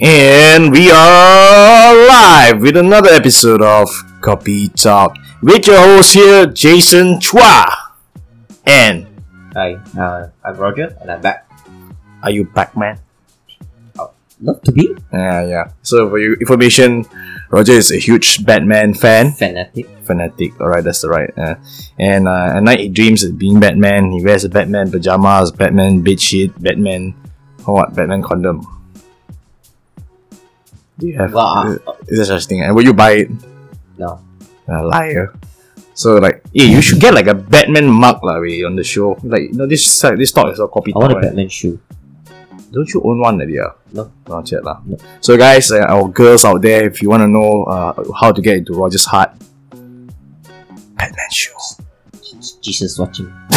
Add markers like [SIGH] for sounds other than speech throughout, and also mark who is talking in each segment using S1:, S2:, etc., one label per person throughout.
S1: And we are live with another episode of Copy Talk with your host here, Jason Chua. And
S2: Hi, uh, I'm Roger, and I'm back.
S1: are you Pac-Man?
S2: Love to be
S1: Yeah, yeah. So for your information, Roger is a huge Batman fan.
S2: fanatic.
S1: Fanatic, alright, that's the right. Uh, and uh, at night he dreams of being Batman. He wears a Batman pajamas, Batman bedsheet, Batman... Oh, what? Batman condom. Do you have...
S2: Well, I-
S1: is there such thing? And will you buy it?
S2: no,
S1: a liar. So like, yeah, you should get like a Batman mug like we on the show. Like, you know, this like, this talk is all copy
S2: I want a
S1: talk, right?
S2: Batman shoe.
S1: Don't you own one, idea?
S2: No.
S1: Not yet, lah.
S2: No.
S1: So guys, uh, our girls out there, if you want to know uh, how to get into Roger's heart, Batman
S2: [LAUGHS]
S1: shoes.
S2: Jesus watching.
S1: [COUGHS]
S2: [LAUGHS]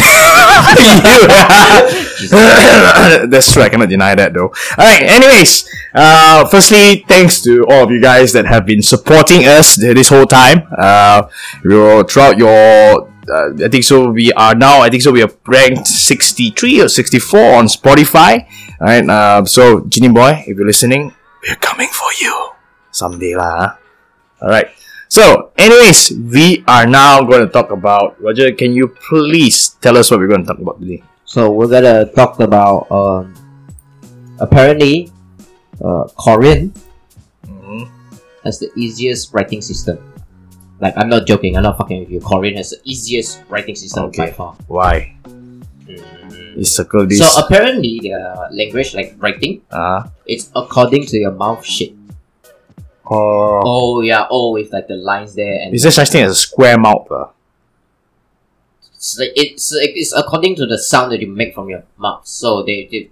S1: That's true. I cannot deny that though. All right. Anyways, uh, firstly, thanks to all of you guys that have been supporting us th- this whole time. Uh, we were throughout your. Uh, I think so. We are now. I think so. We are ranked sixty-three or sixty-four on Spotify. All right. Uh, so, Ginny boy, if you're listening, we're coming for you someday, lah. All right. So, anyways, we are now going to talk about Roger. Can you please tell us what we're going to talk about today?
S2: So we're gonna talk about um, apparently, uh, Korean has the easiest writing system. Like I'm not joking. I'm not fucking with you. Korean has the easiest writing system
S1: Okay.
S2: by far.
S1: Why?
S2: Mm-hmm.
S1: You circle this.
S2: So apparently, the language like writing,
S1: uh,
S2: it's according to your mouth shape.
S1: oh.
S2: Oh yeah. Oh, with like the lines there and
S1: Is there such thing as a square mouth? Uh?
S2: it's like- it's it's according to the sound that you make from your mouth. So they, they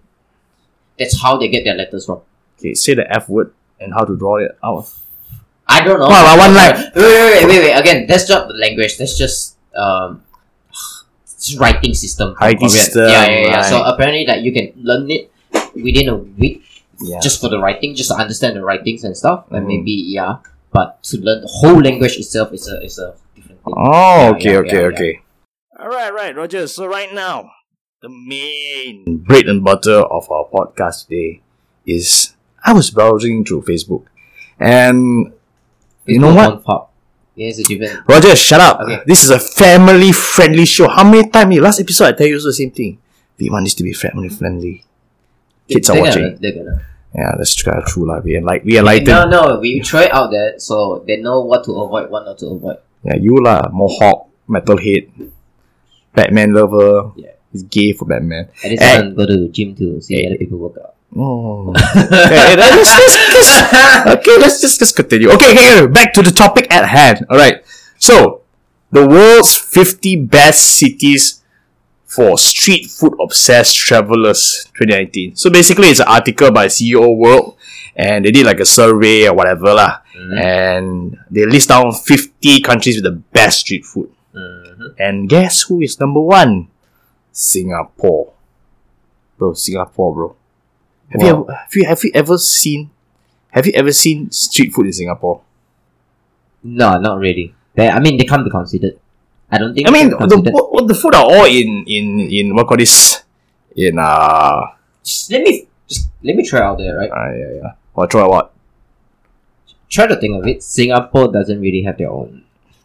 S2: that's how they get their letters from.
S1: Okay, say the F word and how to draw it out.
S2: I don't know.
S1: Wow, wow, one line.
S2: Wait, wait, wait, wait, wait. Again, that's not the language. That's just um, [SIGHS] it's writing system. from
S1: Writing
S2: Korean.
S1: system,
S2: Yeah, yeah, yeah. So
S1: right.
S2: apparently, that you can learn it within a week
S1: Yeah.
S2: just for the writing, just to understand the writings and stuff, and
S1: Mhm.
S2: maybe yeah. But to learn the whole language itself is a is a different thing.
S1: Oh,
S2: Yeah,
S1: okay,
S2: yeah,
S1: okay,
S2: yeah,
S1: okay. All right, right, Roger. So right now, the main bread and butter of our podcast today is I was browsing through Facebook, and you know what?
S2: One pop. Yeah, it's a different.
S1: Roger, shut up.
S2: Okay.
S1: This is a family friendly show. How many times? Last episode, I tell you also the same thing. We want this to be family friendly. Kids are
S2: They're
S1: watching.
S2: Gonna, uh, they're gonna.
S1: Yeah, that's true. True, lah. We are like we are like
S2: No, no, we try out there so they know what to avoid, what not to avoid.
S1: Yeah, you lah, Mohawk, metalhead, Batman lover.
S2: Yeah.
S1: he's gay for Batman.
S2: At least
S1: Hey.
S2: I don't go to the gym to see other people work out.
S1: Oh. okay, let's, let's- let's- okay, let's just just continue. Okay, okay, okay, back to the topic at hand. All right. So, the world's 50 best cities for street food obsessed travelers 2019. So basically, it's an article by CEO World, and they did like a survey or whatever lah, and they list down 50 countries with the best street food. And guess who is number one? Singapore, bro. Singapore, bro. Have you,
S2: Wow.
S1: ever, have you have you ever seen have you ever seen street food in Singapore?
S2: No, not really. They, I mean, they can't be considered. I don't think.
S1: I mean,
S2: they're
S1: the
S2: considered.
S1: what, what the food are all in in in what call this in uh,
S2: Just let me just let me try out there, right?
S1: uh yeah yeah what try what
S2: Try to think of it. Singapore doesn't really have their own.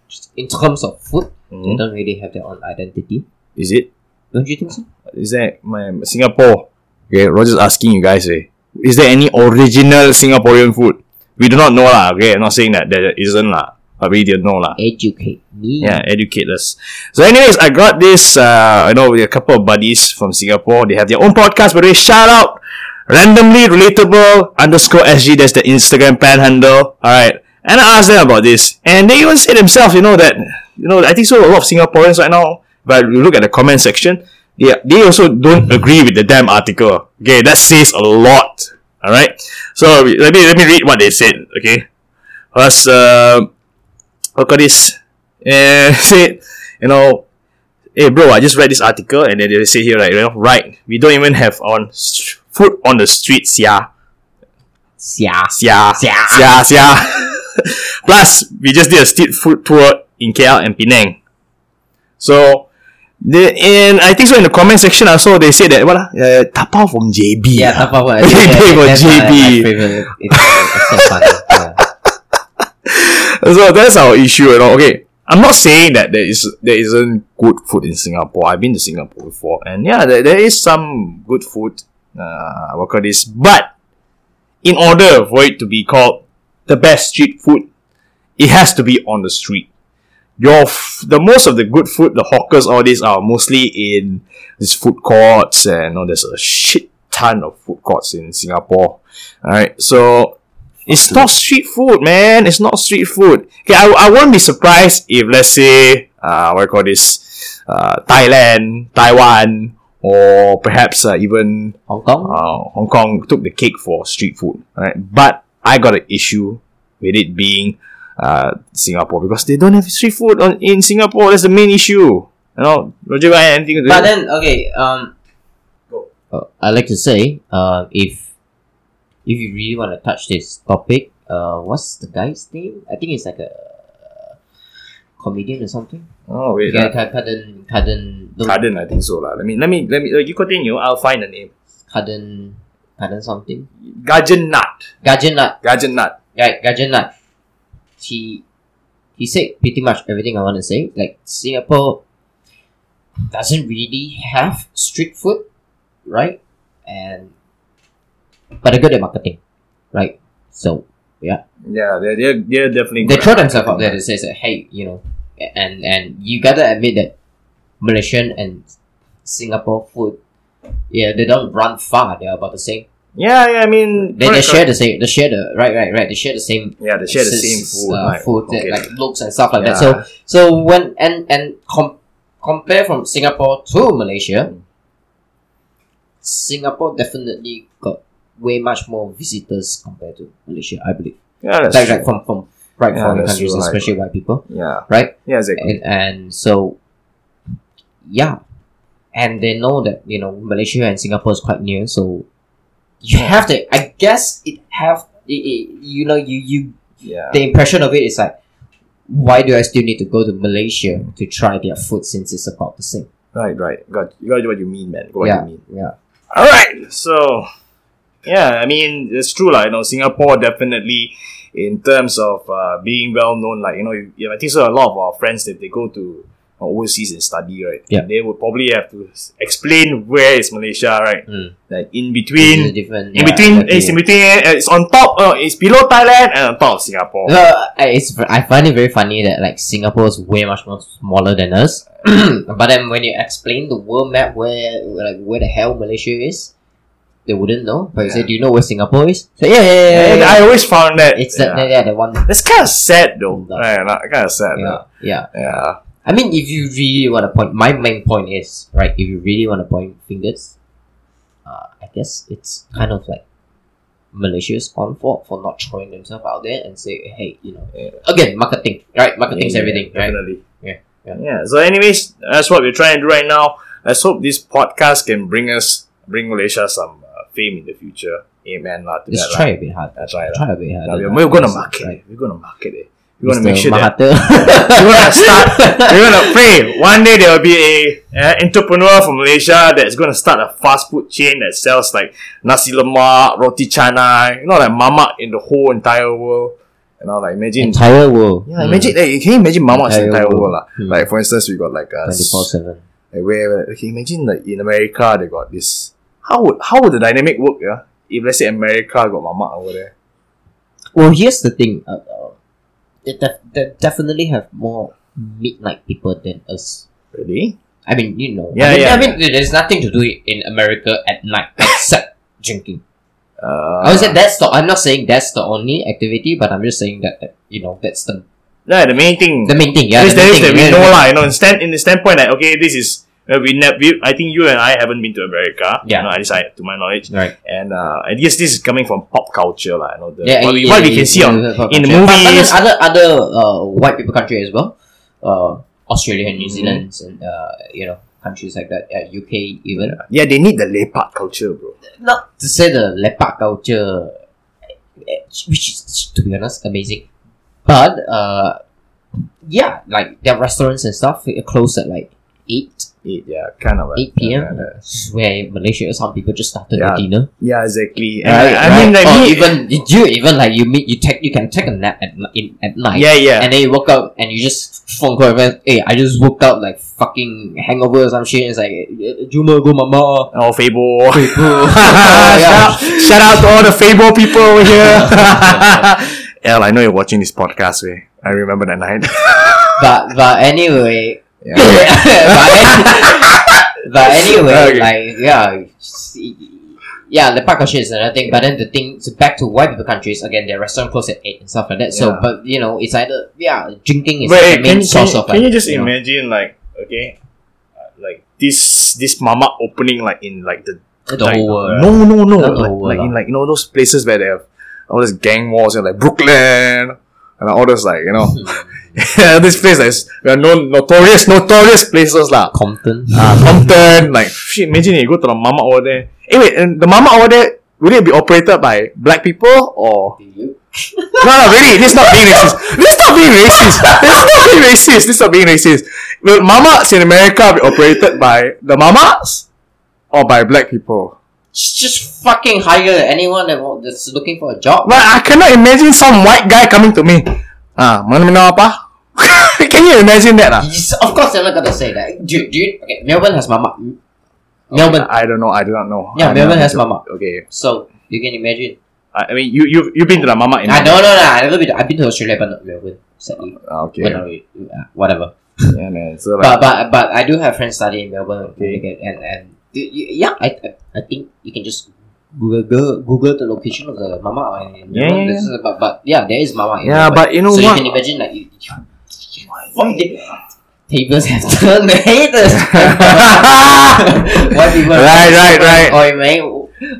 S2: Just in terms of food, they
S1: Mhm.
S2: don't really have their own identity.
S1: is it
S2: Don't you think so?
S1: is that my Singapore? Okay, Roger's asking you guys. Eh, is there any original Singaporean food? We do not know lah. Okay, I'm not saying that there isn't lah, but we don't know lah.
S2: Educate me.
S1: yeah educate us so anyways i got this uh i know with a couple of buddies from singapore they have their own podcast by the way shout out randomly relatable underscore sg that's the instagram plan handle all right and i asked them about this and they even say themselves you know that you know i think so a lot of singaporeans right now but you look at the comment section they, they also don't agree with the damn article okay that says a lot all right so let me let me read what they said okay first uh, what got this and Eh, [LAUGHS] say, you know, hey bro, I just read this article and then they say here like, you know, right, we don't even have on st- food on the streets, yeah,
S2: Xia.
S1: yeah,
S2: Sia.
S1: yeah, [LAUGHS] yeah. Plus, we just did a street food tour in KL and Penang, so They, and I think so in the comment section also they say that what ah, uh, tapau from JB.
S2: Yeah,
S1: ah.
S2: Tapa Wah.
S1: [LAUGHS] They go
S2: that's my-
S1: JB.
S2: My, favorite. It's, it's so funny. Yeah.
S1: [LAUGHS] So that's our issue, you know. Okay, I'm not saying that there is there isn't good food in Singapore. I've been to Singapore before, and yeah, there, there is some good food. Uh, what call this? But in order for it to be called the best street food, it has to be on the street. Your f- the most of the good food, the hawkers, all these are mostly in these food courts, and you know, there's a shit ton of food courts in Singapore. All right, so it's not street food, man. It's not street food. Okay, I, I won't be surprised if let's say uh what do you call this uh Thailand, Taiwan, or perhaps uh, even
S2: Hong Kong.
S1: uh, Hong Kong took the cake for street food, right? But I got an issue with it being uh, Singapore because they don't have street food on, in Singapore. That's the main issue. You know, Roger, you have anything to do?
S2: But then, okay, um, uh, I like to say, uh, if if you really want to touch this topic, uh, what's the guy's name? I think it's like a uh, comedian or something.
S1: oh wait, yeah,
S2: Yeah, Ca- Caden, Caden, don't-
S1: Carden, I think so lah. Let me, let me, let me. Uh, you continue. I'll find the name.
S2: Caden, Caden something.
S1: Gajan Nut.
S2: Gajan Nut,
S1: Gajan Nut.
S2: right? Gajan Nut. He he said pretty much everything I want to say. Like Singapore doesn't really have street food, right? And but they're good at marketing, right? So
S1: Yeah, they're they're, they're definitely.
S2: they
S1: good.
S2: throw themselves out there to say that hey, you know, and and you gotta admit that Malaysian and Singapore food, yeah, they don't run far. They're about the same.
S1: Yeah, yeah. I mean,
S2: They, they share the same. They share the right, right, right. They share the same
S1: Yeah, they share the
S2: s-
S1: same
S2: s-
S1: food.
S2: uh,
S1: right?
S2: food that,
S1: okay.
S2: like looks and stuff like that.
S1: Yeah.
S2: So so when and and com- compare from Singapore to Malaysia,
S1: Mm.
S2: Singapore definitely got way much more visitors compared to Malaysia. I believe,
S1: yeah, that's
S2: like,
S1: true.
S2: like from from right
S1: Yeah,
S2: foreign
S1: that's
S2: countries,
S1: true, like-
S2: especially white people,
S1: yeah,
S2: right?
S1: yeah, exactly.
S2: and, and so yeah and they know that you know malaysia and singapore is quite near so you have to i guess it have it, it, you know you you
S1: Yeah,
S2: the impression of it is like why do i still need to go to malaysia to try their food since it's about the same
S1: right, right. Got you got what you mean, man. Got what you mean.
S2: yeah
S1: All right, so yeah, I mean it's true, like you know, Singapore definitely in terms of uh, being well known, like you know, you, you- I think so. A lot of our friends that they go to overseas and study, right?
S2: Yeah.
S1: they would probably have to s- explain where is Malaysia, right?
S2: Mm. Mm-hmm.
S1: Like in
S2: It's a
S1: between,
S2: different
S1: in
S2: yeah,
S1: between,
S2: definitely.
S1: it's in between, uh, it's on top, uh, it's below Thailand and on top of Singapore.
S2: Uh, I- it's I find it very funny that like Singapore is way much more smaller than us, [CLEARS THROAT] but then when you explain the world map where like where the hell Malaysia is, they wouldn't know. But you say,
S1: Yeah.
S2: do you know where Singapore is? So, yeah, yeah, yeah. yeah,
S1: And
S2: yeah.
S1: I always found that
S2: it's
S1: yeah.
S2: that yeah. yeah the one.
S1: That's kind of sad though.
S2: Yeah.
S1: Yeah, kind of sad.
S2: Yeah,
S1: though.
S2: yeah.
S1: Yeah.
S2: I mean, if you really want to point, my main point is right. If you really want to point fingers, uh, I guess it's kind of like Malaysia's on fault for not throwing themselves out there and say, hey, you know, uh,
S1: Yeah.
S2: again, marketing, right? Marketing's
S1: Yeah,
S2: everything, right?
S1: Definitely.
S2: Yeah, yeah.
S1: Yeah. So, anyways, that's what we're trying to do right now. Let's hope this podcast can bring us, bring Malaysia some uh, fame in the future. Amen. Lah, to
S2: Just
S1: that,
S2: try
S1: lah.
S2: a bit hard.
S1: That's right. lah.
S2: Try a bit harder.
S1: Yeah, we're,
S2: than
S1: we're gonna
S2: others,
S1: market
S2: right?
S1: it. We're gonna market it. We're gonna
S2: Mr.
S1: make sure that
S2: Mahathir.
S1: [LAUGHS] we're gonna start.
S2: [LAUGHS]
S1: we're gonna pray one day there will be a uh, entrepreneur from Malaysia that's gonna start a fast food chain that sells like nasi lemak, roti canai, you know, like mamak in the whole entire world. You know, like imagine
S2: entire world.
S1: Yeah, imagine. Like, can you imagine Mamak's
S2: Entire
S1: entire world?
S2: world.
S1: lah?
S2: Hmm.
S1: Like, for instance, we got like us.
S2: twenty-four seven.
S1: Like, where, where- can you imagine like in America they got this? How would how would the dynamic work? Yeah, if let's say America got Mamak over there.
S2: Well, here's the thing. Uh, uh, they, def- they definitely have more midnight people than us.
S1: Really?
S2: I mean, you know.
S1: Yeah,
S2: I mean,
S1: yeah,
S2: I mean, there's nothing to do in America
S1: [LAUGHS]
S2: at night except drinking.
S1: Uh,
S2: I would say that's the. I'm not saying that's the only activity, but I'm just saying that, that you know that's the
S1: Yeah, the main thing.
S2: the main thing. Yeah,
S1: at least
S2: the
S1: there
S2: main
S1: is
S2: thing,
S1: that we
S2: yeah,
S1: know
S2: the main-
S1: lah. You know, in stand in the standpoint that okay, this is uh, we, ne- we I think you and I haven't been to America.
S2: Yeah.
S1: You know, at least I, to my knowledge,
S2: Right.
S1: and uh, I guess this is coming from pop culture, lah. You know, the,
S2: yeah,
S1: what,
S2: and-
S1: we,
S2: yeah,
S1: what we
S2: yeah,
S1: can see
S2: yeah,
S1: on
S2: yeah, yeah,
S1: in the
S2: yeah. But- but
S1: movies.
S2: there's other other uh, white people country as well, uh, Australia and New
S1: Mhm.
S2: Zealand and uh, you know countries like that, uh, UK even.
S1: Yeah, they need the lepak culture, bro.
S2: Not to say the lepak culture, eh, which is to be honest amazing, but uh, yeah, like their restaurants and stuff they close at like eight
S1: eight, yeah, kind of. a-
S2: 8 p.m.
S1: uh, uh,
S2: Where Malaysia, some people just started
S1: Yeah.
S2: their dinner.
S1: yeah, exactly. And
S2: Right,
S1: I, I mean,
S2: right.
S1: like
S2: or
S1: me,
S2: even you even like you meet you take you can take a nap at ni- in, at night.
S1: yeah, yeah,
S2: And then you woke up and you just phone call everyone. Hey, I just woke up like fucking hangover or some shit. It's like "Eh, Juma go mama.
S1: [LAUGHS] oh Fable.
S2: [LAUGHS] Go.
S1: shout, out,
S2: yeah.
S1: shout out to all the Fable people over here. [LAUGHS] El, I know you're watching this podcast, way. I remember that night. [LAUGHS]
S2: But but anyway,
S1: Yeah.
S2: [LAUGHS] but, any- but anyway,
S1: Okay.
S2: like yeah, see- yeah, the park culture is another thing. But then the thing so back to white people countries again, their restaurant close at eight and stuff like that. So,
S1: Yeah.
S2: but you know, it's either yeah, drinking is
S1: Wait,
S2: like
S1: hey,
S2: the main
S1: can,
S2: source
S1: can,
S2: of
S1: can
S2: like,
S1: you just
S2: know.
S1: imagine, like, okay, uh, like this this mama opening, like in like the
S2: the
S1: like, uh,
S2: whole world.
S1: No, no, no,
S2: Not the
S1: like,
S2: whole world
S1: like in
S2: lah.
S1: like you know those places where they have all those gang wars and like Brooklyn and all those like you know
S2: Hmm.
S1: [LAUGHS] this place that is we are known notorious notorious places lah.
S2: Compton.
S1: Uh, Compton, like shit, imagine you go to the mama over there. Eh wait, and the mama over there will it be operated by black people or no no really this is not being racist. This is not being racist. This is not being racist. This is not being racist. Will mamas in America be operated by the mamas or by black people?
S2: Just just fucking hire anyone that wa- that's looking for a job.
S1: But I cannot imagine some white guy coming to me. Ah, mana minum apa? [LAUGHS] Can you imagine that? Ah?
S2: Yes, Of course, they're not gonna say that. Dude, dude. Okay, Melbourne has mama. Melbourne.
S1: I don't know. I do not know.
S2: Yeah,
S1: I
S2: Melbourne
S1: don't
S2: has
S1: know.
S2: mama.
S1: Okay.
S2: So you can imagine.
S1: I I mean, you you you've been to the mama in
S2: I don't know lah. I never been. To, I've been to Australia, but not Melbourne. Sadly,
S1: Ah,
S2: But
S1: Okay.
S2: not really, uh, whatever.
S1: Yeah, man. So like,
S2: But but but I do have friends studying in Melbourne,
S1: Okay.
S2: okay. and and y- y- yeah, I I- I think you can just Google Google the location of the mama in Melbourne.
S1: Yeah, yeah,
S2: This is- but but yeah, there is mama. In
S1: yeah,
S2: Melbourne.
S1: but you know
S2: so you
S1: what?
S2: can imagine like you, you, fuck the tables have turned the [LAUGHS]
S1: [LAUGHS]
S2: haters. Why people?
S1: Right, right, right.
S2: Or mate.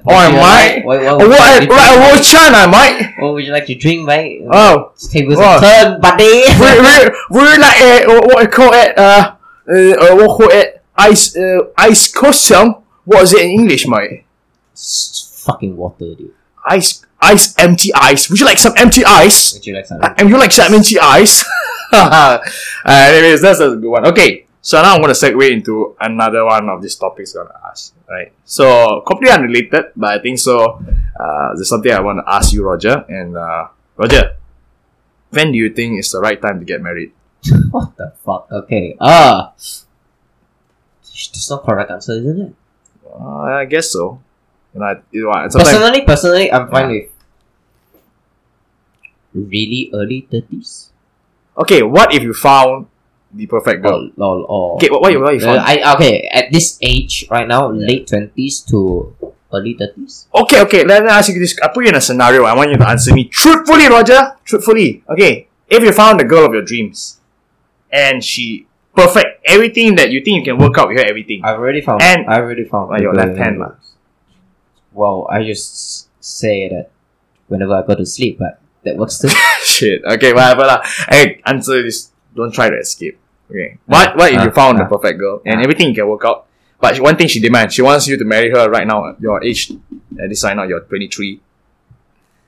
S1: Oi, mate.
S2: Why, why,
S1: Oh, what? I, what? I will chant, I might.
S2: what would you like to drink, mate?
S1: Oh,
S2: tables
S1: Wow.
S2: have turned, [LAUGHS] buddy.
S1: we we we like uh, what I call it uh uh uh, what call it ice uh, ice custom. What is it in English, mate?
S2: It's fucking water, dude.
S1: Ice ice empty ice. Would you like some empty ice?
S2: Would you like some?
S1: And you like Shatmanchi eyes? [LAUGHS] uh, anyways, that's a good one. Okay, so now I'm gonna segue into another one of these topics I'm gonna ask. Right, so completely unrelated, but I think so. Uh, there's something I want to ask you, Roger. And uh, Roger, when do you think is the right time to get married?
S2: [LAUGHS] What the fuck? Okay. Ah. That's not correct answer, isn't it?
S1: Uh, I guess so. You know, I, you know I- sometimes
S2: Personally, personally, I'm fine with really early thirties.
S1: okay. What if you found the perfect girl?
S2: Or, or, or
S1: Okay, what- what you- what you
S2: Uh,
S1: found?
S2: I okay at this age right now, late twenties to early thirties.
S1: Okay, okay. Let me ask you this. I put you in a scenario. I want you to answer me truthfully, Roger. Truthfully. Okay. If you found the girl of your dreams, and she perfect everything that you think you can work out with her, everything.
S2: I've already found.
S1: And-
S2: I've already found.
S1: Well, your
S2: people
S1: left hand
S2: in-
S1: lah.
S2: Well, I just say that whenever I go to sleep, but that works too.
S1: Shit. Okay, whatever lah. Hey, answer this. Don't try to escape. Okay. What? What if you
S2: ah,
S1: found the
S2: ah.
S1: perfect girl and everything you can work out? But one thing she demands, she wants you to marry her right now at your age. At this time now, you're 23.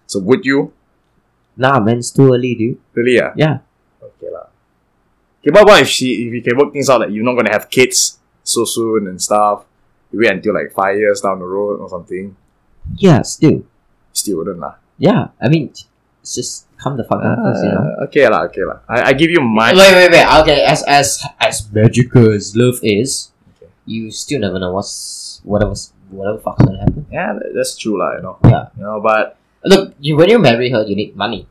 S1: So would you?
S2: nah, man, it's too early, dude.
S1: Really? Yeah.
S2: Yeah.
S1: Okay lah. Okay, but what if she if you can work things out like you're not gonna have kids so soon and stuff? You wait until like five years down the road or something.
S2: Yeah, still.
S1: Still wouldn't lah.
S2: Yeah, I mean, it's just come the fuck out first, you know.
S1: Uh, okay lah, okay lah. I, I give you my
S2: Wait, wait, wait. Okay, as as as magical as love is, you still never know what's whatever whatever fuck's gonna happen.
S1: yeah. that- That's true lah, you know.
S2: Yeah.
S1: You know, but
S2: Look, you when you marry her, you need money.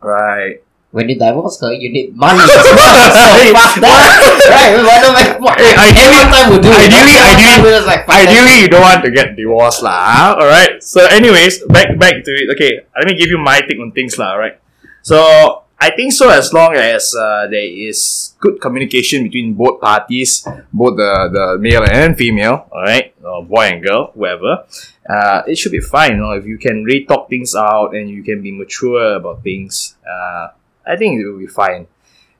S1: right.
S2: When you divorce her, you
S1: [LAUGHS]
S2: need money. so
S1: Hey,
S2: fuck that. right? Why don't I? Fuck.
S1: Hey, ideally-
S2: Everyone time would do it.
S1: ideally-
S2: Everyone
S1: ideally-
S2: time we're just like, fuck
S1: [LAUGHS]
S2: that.
S1: Ideally, you don't want to get divorced lah. huh? All right. So, anyways, back back to it. Okay, let me give you my take on things lah. All right. So I think so as long as uh, there is good communication between both parties, both the, the male and female, all right, or boy and girl, whoever, uh, it should be fine. You know, if you can really talk things out and you can be mature about things, uh, I think it will be fine.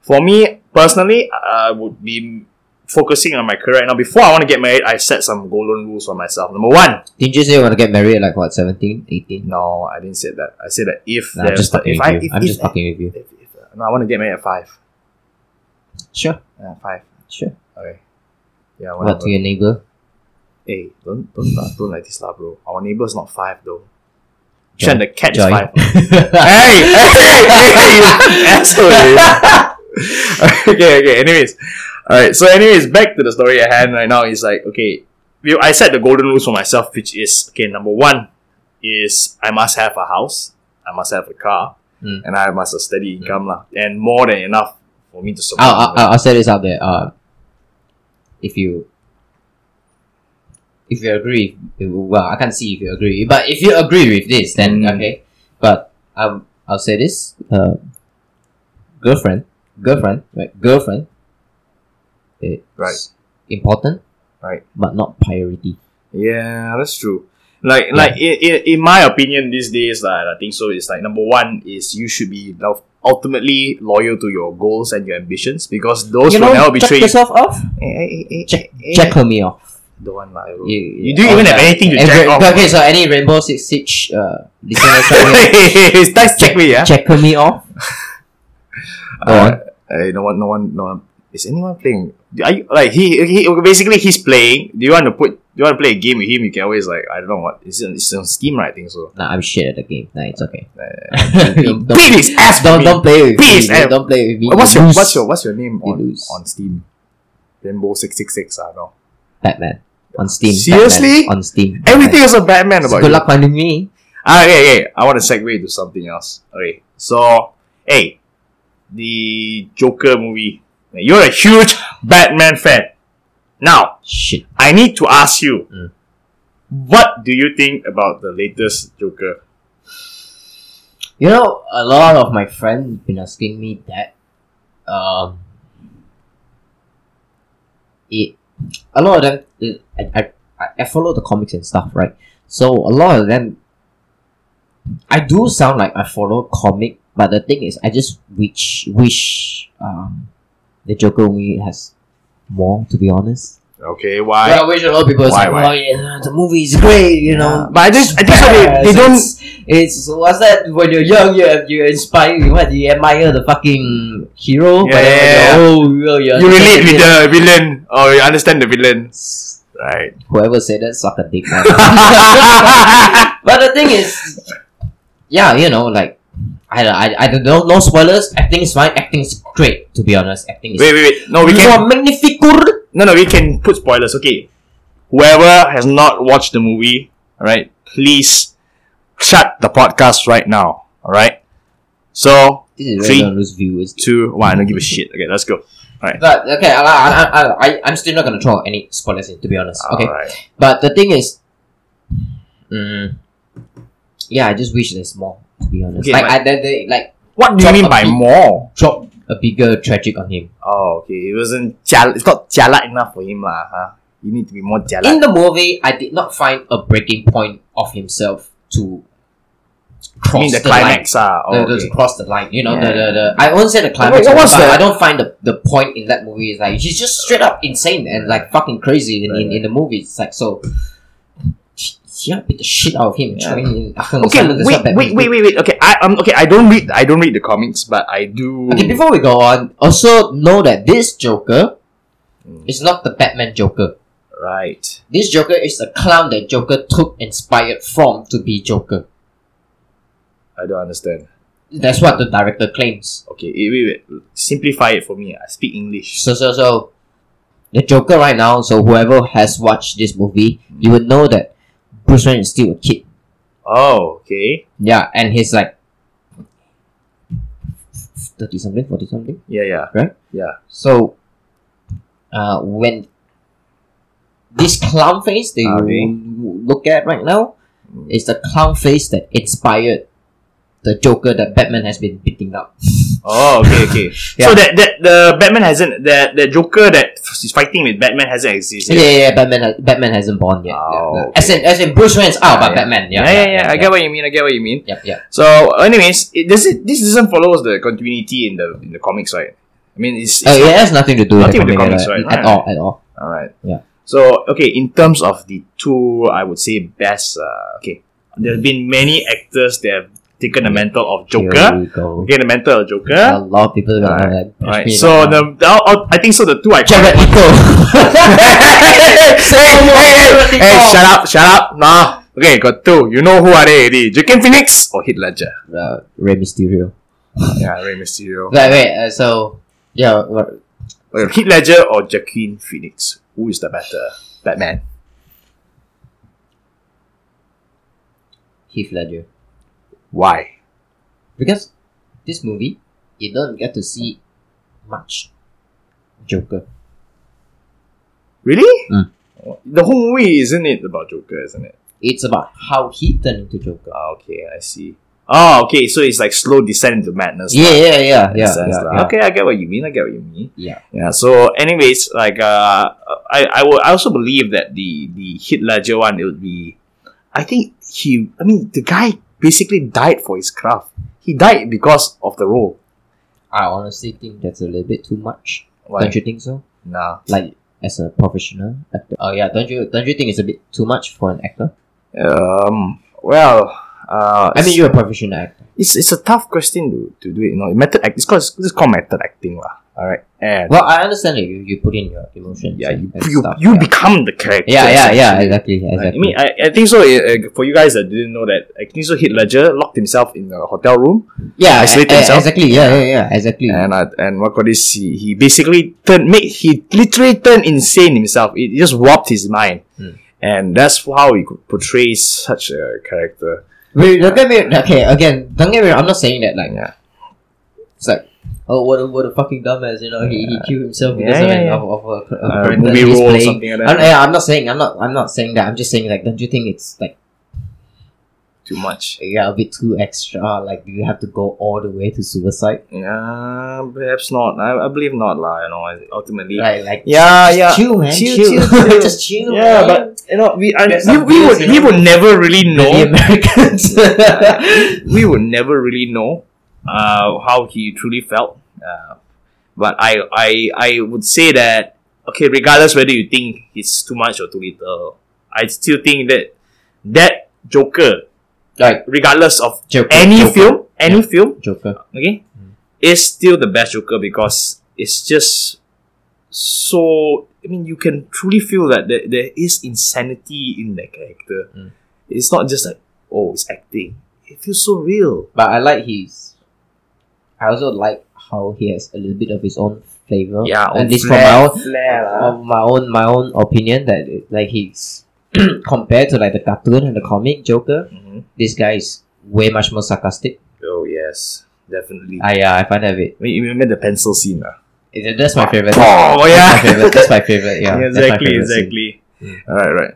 S1: For me personally, I would be focusing on my career right now. Before I want to get married, I set some golden rules for myself. Number one,
S2: Didn't you say you want to get married at like what 17, 18?
S1: no, I didn't say that. I said that if
S2: Nah, I'm
S1: there's
S2: just
S1: the,
S2: fucking
S1: if
S2: with
S1: I
S2: you.
S1: if,
S2: I'm
S1: if-
S2: just fucking with you.
S1: if, if, no, I want to get married at five.
S2: Sure,
S1: Uh, five.
S2: sure.
S1: Okay. Yeah,
S2: What
S1: whatever.
S2: to your neighbor?
S1: Hey, don't don't la- don't like this lah, bro. Our neighbor's not five though. Shen, the cat
S2: Joy.
S1: is
S2: [LAUGHS]
S1: five. hey, hey, hey, hey, you asshole! you. okay, okay. Anyways, all right. So, anyways, back to the story at hand. Right now, is like okay. you- I set the golden rules for myself, which is okay. Number one is I must have a house, I must have a car,
S2: Mm.
S1: and I must have steady income lah, and more than enough for me to survive.
S2: I'll, I'll, I'll- I'll say this out there. Uh, if you if you agree, if- well, I can't see if you agree, but if you agree with this, then
S1: Mm.
S2: okay. But um, I'll say this. Uh, girlfriend, girlfriend, right? Girlfriend. It's
S1: Right.
S2: Important.
S1: Right.
S2: But not priority.
S1: Yeah, that's true. Like like in, in, in my opinion these days, like, I think so is like number one is you should be lo- ultimately loyal to your goals and your ambitions because those will never betray you.
S2: yourself off.
S1: Eh, eh, eh, eh,
S2: Check,
S1: eh,
S2: check her me off.
S1: Don't want lah, bro. You
S2: Yeah, yeah.
S1: do not even
S2: Okay.
S1: have anything to
S2: Every-
S1: check off.
S2: Okay, so any Rainbow Six Siege uh, listeners out here,
S1: [LAUGHS] it's nice [LAUGHS] check me, yeah.
S2: check her me off. Go on.
S1: Uh, eh, no one, no one, no one. Is anyone playing? Are you like he? He basically he's playing. Do you want to put? Do you want to play a game with him? You can always like I don't know what. It's on, it's on Steam, right? I think so.
S2: Nah, I'm shit at the game. Nah, it's okay.
S1: Beat
S2: [LAUGHS] don't, don't,
S1: his ass,
S2: don't,
S1: man.
S2: don't play with
S1: Please,
S2: me. Don't,
S1: eh.
S2: don't play with me.
S1: Uh, What's
S2: You
S1: your
S2: lose.
S1: what's your what's your name
S2: You
S1: on,
S2: lose.
S1: on Steam? Rainbow six six six. I know.
S2: Batman on Steam?
S1: Seriously?
S2: Batman on Steam.
S1: Everything is a Batman
S2: Batman. So
S1: about
S2: good
S1: you.
S2: luck finding me.
S1: Ah, okay, okay. I want to segue to something else. Okay, so hey, the Joker movie. You're a huge Batman fan. Now
S2: Shit.
S1: I need to ask you,
S2: Mm.
S1: what do you think about the latest Joker?
S2: You know, a lot of my friends been asking me that. Um, it a lot of them. it- I, I I follow the comics and stuff, right? So a lot of them. I do sound like I follow comic, but the thing is, I just wish wish um, the Joker movie has more. To be honest,
S1: Okay, why?
S2: I wish a lot of people
S1: Why,
S2: say,
S1: why?
S2: "Oh yeah, the movie is great," you
S1: Yeah.
S2: know.
S1: but I just I just hope they, they don't.
S2: It's, it's what's that? When you're young, you you inspire. You what? You admire the fucking hero. but then when
S1: Yeah.
S2: you're old, you know, you're
S1: You
S2: just
S1: relate
S2: a
S1: with
S2: villain.
S1: the villain, or you understand the villain, right?
S2: Whoever said that, suck a dick.
S1: [LAUGHS]
S2: man. [LAUGHS] but the thing is, yeah, you know, like I I, I don't know. No spoilers. Acting's fine. Acting's great. To be honest, acting is.
S1: Wait, wait, wait. No, we
S2: you
S1: can.
S2: are magnificent.
S1: No, no, we can put spoilers. Okay, whoever has not watched the movie, all right, please shut the podcast right now. All right. So
S2: This is
S1: Three.
S2: really gonna lose viewers.
S1: two, one. I don't give a shit. Okay, let's go.
S2: But okay, I, I, I, I, I'm still not gonna throw any spoilers in. To be honest, okay.
S1: All right.
S2: But the thing is, mm, yeah, I just wish there's more. To be honest,
S1: Okay,
S2: like
S1: but-
S2: I, they, they like
S1: What do you
S2: Drop
S1: mean
S2: a
S1: by
S2: beat.
S1: more?
S2: drop a bigger tragic on him
S1: Oh, okay. It wasn't jal- It's not jalat enough for him, lah. Huh? You need to be more
S2: in
S1: jalat.
S2: the movie. I did not find a breaking point of himself to
S1: I
S2: cross
S1: mean the,
S2: the,
S1: climax, ah.
S2: line.
S1: Oh,
S2: the, the-
S1: okay.
S2: to cross the line, you know, the,
S1: Yeah.
S2: the, the I won't say the climax.
S1: what was
S2: but
S1: the-
S2: I don't find the, the point in that movie is like he's just straight up insane and like fucking crazy in, in, in the movie. It's like so. Yeah, beat the shit out of him.
S1: Yeah.
S2: I mean, I can't
S1: Okay,
S2: understand that that's
S1: wait,
S2: not that
S1: wait,
S2: big.
S1: wait, wait, wait. Okay, I um, okay, I don't read, I don't read the comics, but I do.
S2: Okay, before we go on, also know that this Joker
S1: Mm.
S2: is not the Batman Joker.
S1: Right.
S2: This Joker is a clown that Joker took inspired from to be Joker.
S1: I don't understand.
S2: That's what the director claims.
S1: Okay, eh, wait, wait. Simplify it for me. I speak English.
S2: So so so the Joker right now, so whoever has watched this movie, you would know that Bruce Wayne is still a kid.
S1: Oh, okay.
S2: Yeah, and he's like thirty something, forty something.
S1: Yeah, yeah.
S2: So, uh, when this clown face that you
S1: Okay.
S2: look at right now is the clown face that inspired the Joker that Batman has been
S1: [LAUGHS]
S2: beating up.
S1: Oh, okay, okay. [LAUGHS]
S2: Yeah.
S1: So that that the Batman hasn't that the Joker that is fighting with Batman hasn't
S2: Yeah,
S1: existed.
S2: yeah, yeah. Batman, has, Batman hasn't born yet. Yeah,
S1: Oh,
S2: yeah.
S1: okay.
S2: As in, as in Bruce Wayne's out, but
S1: yeah.
S2: Batman. Yeah,
S1: yeah, yeah, yeah. I get what you mean. I get what you mean.
S2: Yep, yep.
S1: So, anyways, it does it. This doesn't follows the continuity in the in the comics, right? I mean, it's,
S2: Uh,
S1: it's-
S2: it has nothing to do
S1: Nothing
S2: with the comics,
S1: right?
S2: At all, at all.
S1: all right.
S2: Yeah.
S1: So, okay, in terms of the two, I would say best. Uh, okay, there have been many actors that have taken the mantle of
S2: Here
S1: Joker,
S2: we go.
S1: taken the mantle of
S2: A
S1: Joker.
S2: lot of people are
S1: Alright, [LAUGHS]
S2: like,
S1: All right. So the, the I think so. The two I
S2: Jared Leto.
S1: Hey, shut up, shut up. Nah. Okay, got two. You know who are they already? Joaquin Phoenix or Heath Ledger?
S2: Uh, Rey Mysterio.
S1: Yeah, Rey Mysterio.
S2: Wait, wait. Uh, so yeah, what-
S1: Okay, Heath Ledger or Joaquin Phoenix? Who is the better Batman?
S2: Heath Ledger.
S1: Why?
S2: Because this movie, you don't get to see much Joker.
S1: Really?
S2: Mm.
S1: The whole movie isn't it about Joker, isn't it?
S2: It's about how he turned into Joker.
S1: Ah, okay, I see. Oh, okay. So it's like slow descent into madness. lah.
S2: Yeah, yeah, yeah,
S1: In a
S2: yeah,
S1: sense
S2: yeah,
S1: lah.
S2: yeah.
S1: Okay, I get what you mean. I get what you mean.
S2: yeah.
S1: Yeah. So, anyways, like uh, I I will I also believe that the the Heath Ledger one it would be, I think he I mean the guy basically died for his craft. He died because of the role.
S2: I honestly think that's a little bit too much.
S1: Why?
S2: Don't you think so?
S1: Nah.
S2: Like as a professional actor. Oh yeah, don't you don't you think it's a bit too much for an actor?
S1: Um. Well. Uh,
S2: I mean, you're a professional actor.
S1: it's it's a tough question to, to do it. You know, method act. It's called it's called method acting lah. All right. And
S2: Well, I understand that you, you put in your emotions.
S1: yeah,
S2: and,
S1: you
S2: and
S1: you,
S2: stuff,
S1: you
S2: yeah.
S1: become the character.
S2: yeah, yeah, yeah,
S1: essentially.
S2: exactly, exactly.
S1: I mean, I, I think so. Uh, for you guys that didn't know that, I think so. Heath Ledger locked himself in a hotel room,
S2: yeah,
S1: isolate
S2: e- e-
S1: himself.
S2: exactly. Yeah, yeah, yeah, exactly.
S1: and uh, and what got this? He, he basically turned made he literally turned insane himself. It just warped his mind,
S2: Hmm.
S1: and that's how he could portray such a character.
S2: Wait, don't get me. Okay, again, don't get me. wrong, I'm not saying that like
S1: Yeah,
S2: it's like. Oh, what a, what a fucking dumbass! You know, he, he killed himself because
S1: Yeah,
S2: of,
S1: yeah,
S2: an-
S1: yeah.
S2: of, of a, a
S1: Uh,
S2: character
S1: movie
S2: he's
S1: role or
S2: playing.
S1: something like
S2: I'm,
S1: that.
S2: yeah, I'm not saying I'm not I'm not saying that. I'm just saying like, don't you think it's like
S1: Too much.
S2: yeah a bit too extra? Like, do you have to go all the way to suicide?
S1: Yeah, perhaps not. I, I believe not, lah. You know, ultimately.
S2: Like, like
S1: Yeah, yeah.
S2: chill, man,
S1: Chill,
S2: chill,
S1: chill, [LAUGHS]
S2: [LAUGHS]
S1: chill.
S2: just chill.
S1: Yeah,
S2: man.
S1: but you know, we I,
S2: There's
S1: we,
S2: some
S1: we
S2: views,
S1: would
S2: you
S1: we
S2: know.
S1: would never really know.
S2: the Americans.
S1: [LAUGHS]
S2: [LAUGHS]
S1: we will never really know uh, how he truly felt. Uh, but I, I, I would say that okay, regardless whether you think it's too much or too little, I still think that that Joker,
S2: like
S1: regardless of
S2: Joker,
S1: any
S2: Joker,
S1: film, any film,
S2: Joker.
S1: okay, is still the best Joker because it's just so. I mean, you can truly feel that there, there is insanity in that character.
S2: Mm.
S1: It's not just like oh, it's acting. It feels so real.
S2: But I like his. I also like how he has a little bit of his own flavor.
S1: Yeah, own
S2: at least
S1: flair-
S2: for my own, of my own, my own opinion that it- like he's [CLEARS THROAT] compared to like the cartoon and the comic Joker.
S1: Mhm.
S2: This guy is way much more sarcastic.
S1: Oh yes, definitely. I
S2: I yeah, I find that a bit.
S1: mean, you remember the pencil scene, ah?
S2: it- That's my favorite.
S1: Oh
S2: That's my
S1: yeah.
S2: favorite. That's my
S1: [LAUGHS]
S2: favorite. Yeah, that's my
S1: exactly,
S2: favorite scene.
S1: exactly. All right, right.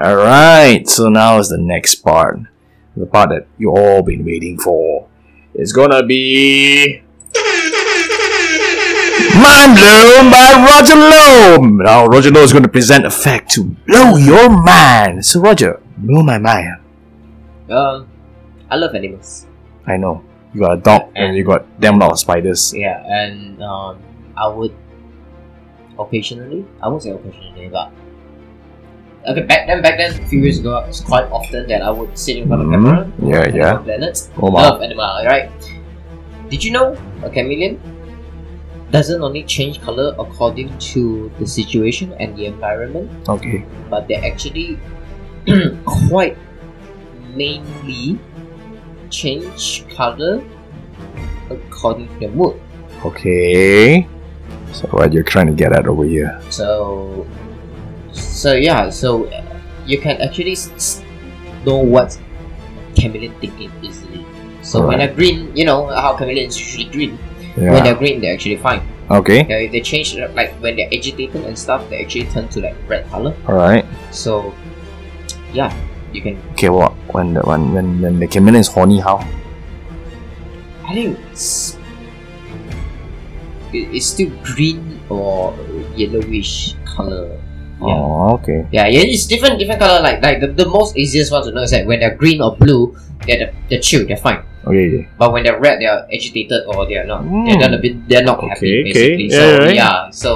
S1: All right. So now is the next part, the part that you all been waiting for. It's gonna be Mind Blown by Roger Loam. Now Roger Loam is going to present a fact to blow your mind. So Roger, blow my mind.
S2: Um, I love animals.
S1: I know you got a dog and you got damn lot of spiders.
S2: Yeah, and um, I would occasionally, I won't say occasionally, but okay, back then, back then, a few years ago, it's quite often that I would sit in front of
S1: Mhm.
S2: camera,
S1: Yeah, yeah.
S2: Animal planets,
S1: Oh, wow.
S2: love animal, right? Did you know a chameleon doesn't only change color according to the situation and the environment,
S1: Okay.
S2: but they actually [CLEARS THROAT] quite mainly change color according to their mood.
S1: Okay. So what you're trying to get at over here?
S2: So, so yeah, so uh, you can actually s- s- know what chameleon thinking easily. So when they're green, you know how chameleons usually green. When
S1: Yeah.
S2: they're green, they're actually fine.
S1: Okay.
S2: They, they change uh, like when they're agitated and stuff, they actually turn to like red color.
S1: All right.
S2: So, yeah, you can.
S1: Okay. Well, when the when when when the chameleon is horny, how?
S2: I think it's, it- it's still green or yellowish color Yeah.
S1: Oh, okay.
S2: Yeah, yeah, it's different, different color. Like, like the, the most easiest one to know is that when they're green or blue, they're they're chill, they're fine.
S1: Okay. okay.
S2: But when they're red, they're agitated or they're not. They're
S1: Mm.
S2: not a bit. They're not
S1: Okay,
S2: happy.
S1: okay.
S2: Basically.
S1: Yeah,
S2: So
S1: right.
S2: yeah. So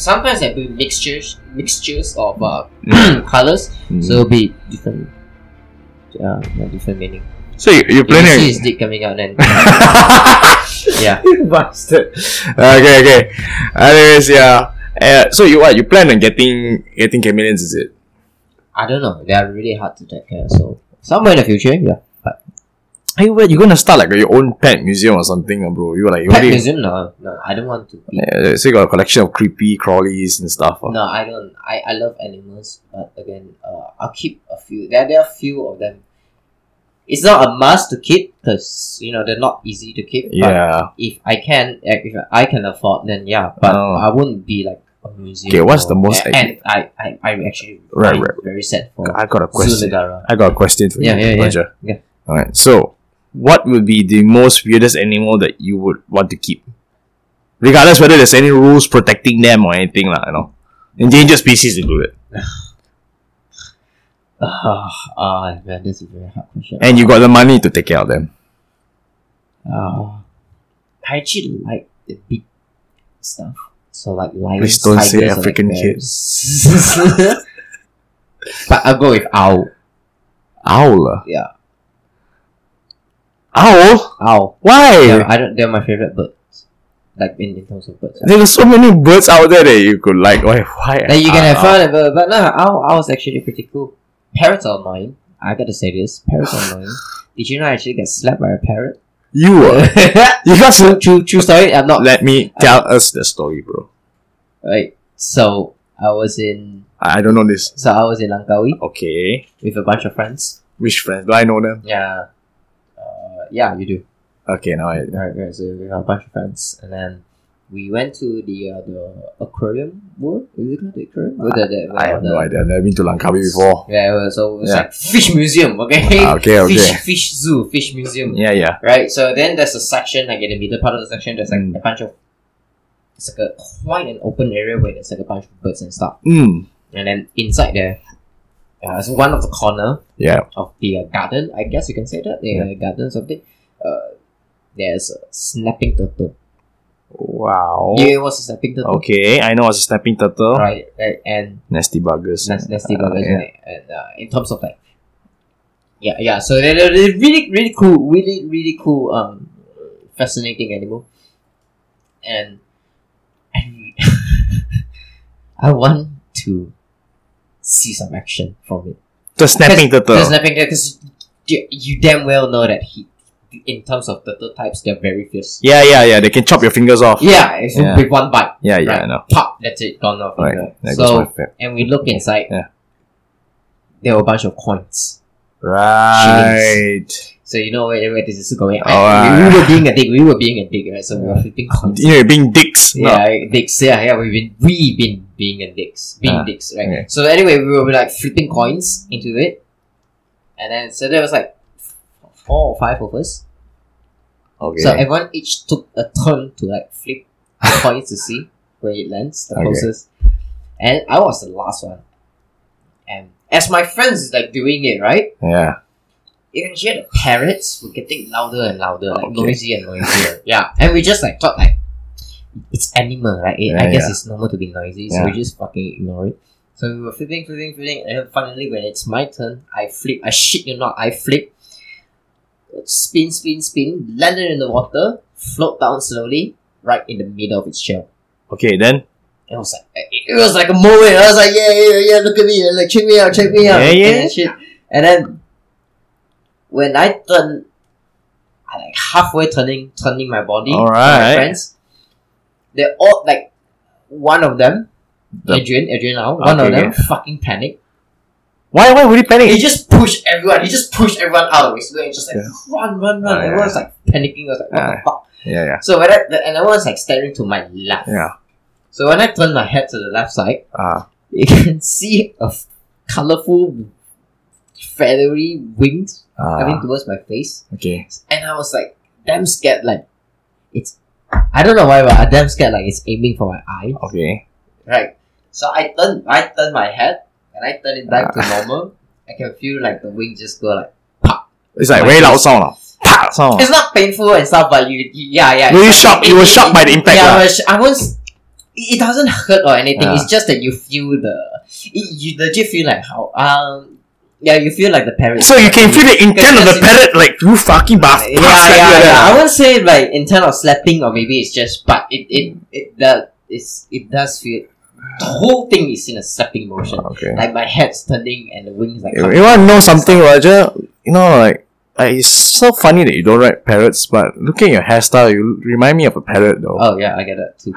S2: sometimes there will be mixtures, mixtures of uh, [CLEARS THROAT] colors.
S1: Mm.
S2: So it'll be different. Uh, yeah, different meaning.
S1: So you, you're
S2: You can see
S1: planning.
S2: his dick coming
S1: [LAUGHS]
S2: out then. yeah.
S1: Bastard. Okay, okay. Anyways, yeah. Uh, so you what? You plan on getting getting chameleons? Is it?
S2: I don't know. They are really hard to take care. So somewhere in the future, yeah. But
S1: Hey, what? You gonna start like your own pet museum or something, uh, bro? You like you
S2: pet
S1: already-
S2: museum, no, no. I don't want to. Be,
S1: Uh, so you got a collection of creepy crawlies and stuff. uh.
S2: no, I don't. I, I love animals, but again, uh, I'll keep a few. There there are few of them. It's not a must to keep because you know they're not easy to keep. But
S1: Yeah.
S2: if I can, like, if I can afford, then yeah. But
S1: Oh.
S2: I wouldn't be like a museum.
S1: Okay, what's
S2: or-
S1: the most-
S2: And, and I, I, I actually
S1: Right,
S2: I'm
S1: right.
S2: very sad for
S1: I got a question.
S2: Sunagara.
S1: I got a question for
S2: Yeah,
S1: you,
S2: yeah, yeah.
S1: Roger.
S2: Yeah.
S1: All right. So, what would be the most weirdest animal that you would want to keep, regardless whether there's any rules protecting them or anything, like you know, endangered species included,
S2: Ah, [LAUGHS] ah, man, this is a very hard question.
S1: and you got the money to take care of them?
S2: Uh, I actually like the big stuff. So like lions,
S1: Please don't say
S2: tigers, and,
S1: African
S2: like,
S1: kid.
S2: bears. [LAUGHS] but I'll go with owl.
S1: Owl. ah.
S2: Yeah,
S1: Owl.
S2: owl.
S1: Why?
S2: Yeah, I don't. They're my favorite birds. Like in, in terms of birds.
S1: There are so many birds out there that you could like. Why? Why?
S2: Like you can have
S1: owl?
S2: fun, and but but no, owl owl's actually pretty cool. Parrots are annoying. I gotta say this. Parrots are
S1: [SIGHS]
S2: annoying. Did you know I actually get slapped by a parrot?
S1: You. ah.
S2: [LAUGHS]
S1: You got
S2: true, true, true story. I'm not
S1: Let me tell us the story, bro.
S2: right. So I was in.
S1: I I don't know this.
S2: So I was in Langkawi
S1: Okay.
S2: with a bunch of friends.
S1: Which friends? Do I know them?
S2: Yeah. Uh, yeah, you do.
S1: Okay, now I.
S2: Right, right. So we have a bunch of friends, and then we went to the uh, the aquarium world. Is it called the aquarium? Or the, the,
S1: I have
S2: the-
S1: no idea. I've never been to Langkawi before.
S2: Yeah, well, so it's
S1: Yeah.
S2: like fish museum. Okay.
S1: Ah, okay,
S2: [LAUGHS] Fish,
S1: okay.
S2: fish zoo, fish museum.
S1: Yeah, yeah.
S2: Right. So then there's a section like in the middle part of the section. There's like
S1: Mm.
S2: a bunch of. It's like a quite an open area where there's like a bunch of birds and stuff,
S1: Mm.
S2: and then inside there, uh, so one of the corner
S1: Yeah.
S2: of the uh, garden, I guess you can say that the uh, garden something. Uh, there's a snapping turtle.
S1: Wow.
S2: Yeah, it was a snapping turtle.
S1: Okay, I know I was a snapping turtle.
S2: Right, right, and
S1: Nasty buggers.
S2: that's that's the
S1: Uh,
S2: buggers,
S1: yeah.
S2: right? And uh, in terms of like, yeah, yeah. So they're, they're they're really, really cool, really, really cool, um, fascinating animal. And and [LAUGHS] I want to see some action from it.
S1: The snapping
S2: Cause-
S1: turtle.
S2: The snapping turtle, because you, you damn well know that he, in terms of turtle types, they're very fierce.
S1: yeah, yeah, yeah. They can chop your fingers off. Yeah,
S2: Yeah, it's
S1: Yeah.
S2: with one bite.
S1: yeah,
S2: right?
S1: I know.
S2: Pop, that's it, gone off.
S1: Right.
S2: you know.
S1: That goes my
S2: So,
S1: fa-
S2: and we look inside.
S1: Yeah.
S2: There were a bunch of coins.
S1: Right.
S2: So you know where, where this is going. I-
S1: Alright. [LAUGHS]
S2: we were being a dick. We were being a dick, right? So we were flipping coins.
S1: You know, being dicks.
S2: Yeah,
S1: No.
S2: dicks. Yeah, yeah. We've been we been being a dicks, being
S1: Ah,
S2: dicks, right?
S1: okay.
S2: So anyway, we were like flipping coins into it, and then so there was like four or five of us.
S1: Okay.
S2: So everyone each took a turn to like flip
S1: [LAUGHS]
S2: the coins to see where it lands, the
S1: Okay.
S2: closest. And I was the last one. And as my friends is like doing it, right?
S1: yeah.
S2: You can hear the parrots were getting louder and louder, like
S1: Okay.
S2: noisy and
S1: [LAUGHS]
S2: noisier. yeah. And we just like thought like it's animal, right? It, I
S1: Yeah,
S2: guess
S1: yeah.
S2: it's normal to be noisy, so
S1: Yeah.
S2: we just fucking ignore it. So we were flipping, flipping, flipping, and then finally when it's my turn, I flip. I shit you not, I flip. Spin, spin, spin, landed in the water, float down slowly, right in the middle of its shell.
S1: Okay, then.
S2: It was like it it was like a moment. I was like, yeah, yeah, yeah. Look at me, like check me out, check me out.
S1: Yeah, yeah.
S2: And, shit. and then when I turn, I like halfway turning, turning my body. to My
S1: Alright.
S2: friends, they're all like one of them,
S1: The-
S2: Adrian, Adrian now. One of
S1: Okay,
S2: them fucking panicked.
S1: Why? Why would you panic?
S2: He just pushed everyone. He just pushed everyone out of his way. and Just like
S1: Yeah.
S2: run, run, run.
S1: Oh, yeah.
S2: Everyone's like panicking. I was like, what the
S1: Yeah.
S2: fuck?
S1: yeah, yeah,
S2: So when I and everyone's like staring to my left.
S1: yeah.
S2: So when I turn my head to the left side.
S1: Ah,
S2: you can [LAUGHS] see a colorful feathery winged
S1: ah.
S2: coming towards my face,
S1: okay.
S2: and I was like, damn scared. Like,
S1: Oh.
S2: it's I don't know why, but I'm damn scared. Like, it's aiming for my eye,
S1: Okay.
S2: right? So I turn, I turn my head, and I turn it back to normal. I can feel like the wing just go like.
S1: It's like very loud sound. lah. Pa! Sound. ah.
S2: It's not painful and stuff, but you, you- yeah, yeah.
S1: Oh. Were you
S2: it's like-
S1: shocked? You were shocked by the impact
S2: Yeah,
S1: lah.
S2: I was. I was it it doesn't hurt or anything.
S1: Yeah.
S2: It's just that you feel the. It, you legit feel like how um. Yeah, you feel like the parrot.
S1: So you can feel the intent of the
S2: Yes,
S1: parrot like you fucking bath.
S2: [LAUGHS] yeah,
S1: [LAUGHS]
S2: yeah, yeah. I won't say like in terms of slapping or maybe it's just, but it it it the it's it does feel. The whole thing is in a slapping motion.
S1: Okay.
S2: Like my head's turning and the wings like.
S1: You, you want to know something, Roger? You know, like, like it's so funny that you don't like parrots, but looking at your hairstyle, you remind me of a parrot, though.
S2: Oh [LAUGHS] yeah, I get that too.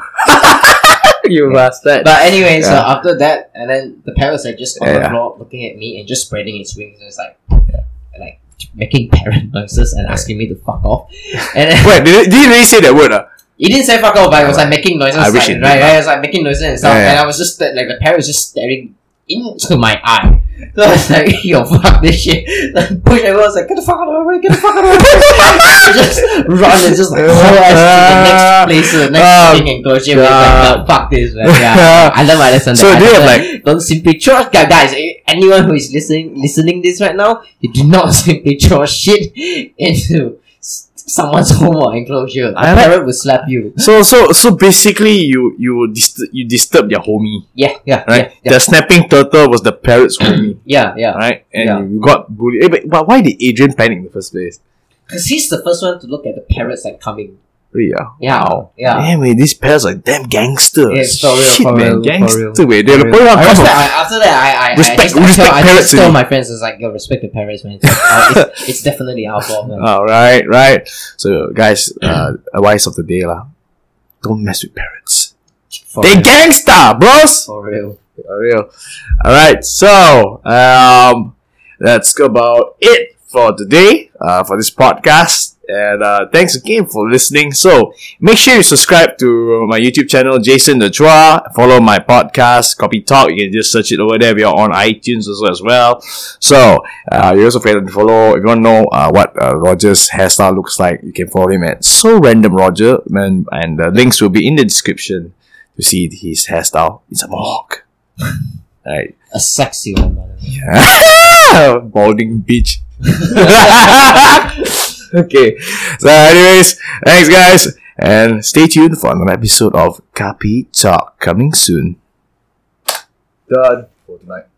S1: you bastard!
S2: But anyway, so
S1: Yeah.
S2: after that, and then the parrots are just on the
S1: Yeah.
S2: floor looking at me and just spreading its wings and it's like, like making parrot [LAUGHS] noises and asking me to fuck off. And then,
S1: Wait, did, did you really say that word? Uh?
S2: he didn't say fuck off, but it was like making noises.
S1: I wish
S2: like,
S1: it did,
S2: right,
S1: lah.
S2: right, it was like making noises and stuff.
S1: Yeah, yeah.
S2: And I was just sta- like the parrot was just staring into my eye. [LAUGHS] So I was like, [LAUGHS] yo, fuck this shit. [LAUGHS] Like, push everyone was like, get the fuck out of my way, [LAUGHS] get the fuck out of my way. just run and just like follow us to the next place, to the next
S1: Ah,
S2: fucking enclosure. We're like,
S1: God.
S2: "Nah, fuck this, man. [LAUGHS]
S1: [LAUGHS]
S2: Yeah. I learned my lesson.
S1: So
S2: I
S1: do you have,
S2: learned- don't simply throw Gu- guys. eh, Anyone who is listening listening this right now, you do not [LAUGHS] simply throw shit into s- someone's home or enclosure. A
S1: I like-
S2: parrot will slap you.
S1: So, so, so basically, you you dist- you disturb their homie,
S2: Yeah, yeah,
S1: right?
S2: yeah,
S1: The snapping turtle was the parrot's
S2: [COUGHS]
S1: homie,
S2: yeah, yeah.
S1: right? And
S2: Yeah.
S1: you got bullied. Eh, but, but why did Adrian panic in the first place?
S2: Because he's the first one to look at the parrots like coming.
S1: Really, ah?
S2: Yeah,
S1: Wow.
S2: yeah.
S1: Damn, man, these parrots are damn gangsters.
S2: Yeah, for real,
S1: Shit,
S2: for
S1: man,
S2: real, for
S1: gangster.
S2: real,
S1: man. They're
S2: for
S1: the
S2: real.
S1: only one
S2: I
S1: come from-
S2: respect, [LAUGHS] I, after that, I I,
S1: Respect-
S2: I just, I,
S1: respect
S2: tell, I
S1: parrots
S2: just tell
S1: in-
S2: my friends, it's like yo, respect the parrots, man. It's, like, oh, it's, it's definitely our
S1: [LAUGHS]
S2: fault, man.
S1: All right, right. So, guys, uh, advice of the day, lah. Don't mess with parrots.
S2: For
S1: They
S2: real,
S1: gangster, bros.
S2: for real.
S1: For real. All right. So, um, that's about it for today. Uh, for this podcast. And uh, thanks again for listening. So make sure you subscribe to my YouTube channel, Jason the Chua. Follow my podcast, Copy Talk. You can just search it over there. We are on iTunes also as well. So uh, you also can follow if you want to know uh, what uh, Roger's hairstyle looks like. You can follow him at So Random Roger, and, and the links will be in the description to see his hairstyle. It's a mohawk. Right.
S2: A sexy one, by the way.
S1: [LAUGHS] Balding beach. okay. So, anyways, thanks, guys. And stay tuned for another episode of Copy Talk coming soon. Done for tonight.